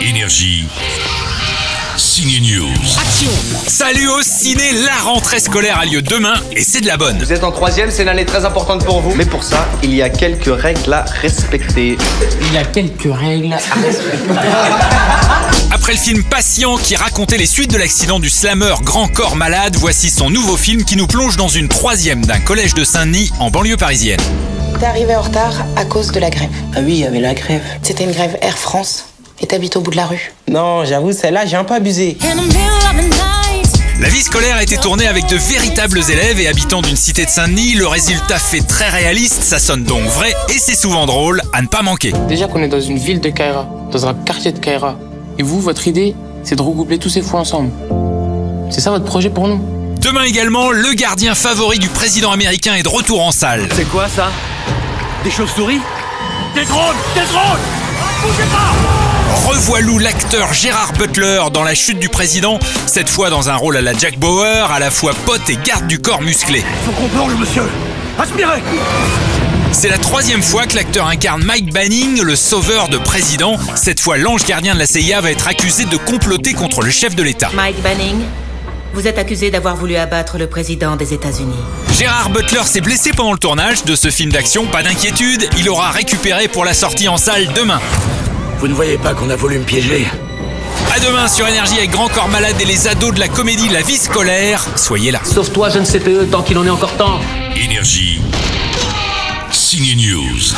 Énergie. Signe News. Action Salut au ciné, la rentrée scolaire a lieu demain et c'est de la bonne. Vous êtes en troisième, c'est une année très importante pour vous. Mais pour ça, il y a quelques règles à respecter. Il y a quelques règles à respecter. Après le film Patient qui racontait les suites de l'accident du slammer Grand Corps Malade, voici son nouveau film qui nous plonge dans une troisième d'un collège de Saint-Denis en banlieue parisienne. T'es arrivé en retard à cause de la grève. Ah oui, il y avait la grève. C'était une grève Air France et t'habites au bout de la rue. Non, j'avoue, celle-là, j'ai un peu abusé. In the middle of the night. La vie scolaire a été tournée avec de véritables élèves et habitants d'une cité de Saint-Denis. Le résultat fait très réaliste, ça sonne donc vrai et c'est souvent drôle à ne pas manquer. Déjà qu'on est dans une ville de Kaira, dans un quartier de Kaira. Et vous, votre idée, c'est de regrouper tous ces fous ensemble. C'est ça votre projet pour nous Demain également, le gardien favori du président américain est de retour en salle. C'est quoi ça Des chauves-souris Des drones Des drones Bougez pas Revoilou l'acteur Gérard Butler dans La chute du président, cette fois dans un rôle à la Jack Bauer, à la fois pote et garde du corps musclé. Faut qu'on plonge, monsieur Aspirez C'est la troisième fois que l'acteur incarne Mike Banning, le sauveur de président. Cette fois, l'ange gardien de la CIA va être accusé de comploter contre le chef de l'État. Mike Banning, vous êtes accusé d'avoir voulu abattre le président des États-Unis. Gérard Butler s'est blessé pendant le tournage de ce film d'action, pas d'inquiétude, il aura récupéré pour la sortie en salle demain. Vous ne voyez pas qu'on a voulu me piéger À demain sur Énergie avec Grand Corps Malade et les ados de la comédie La vie scolaire. Soyez là. Sauve-toi, jeune CPE, tant qu'il en est encore temps. Énergie. Signe News.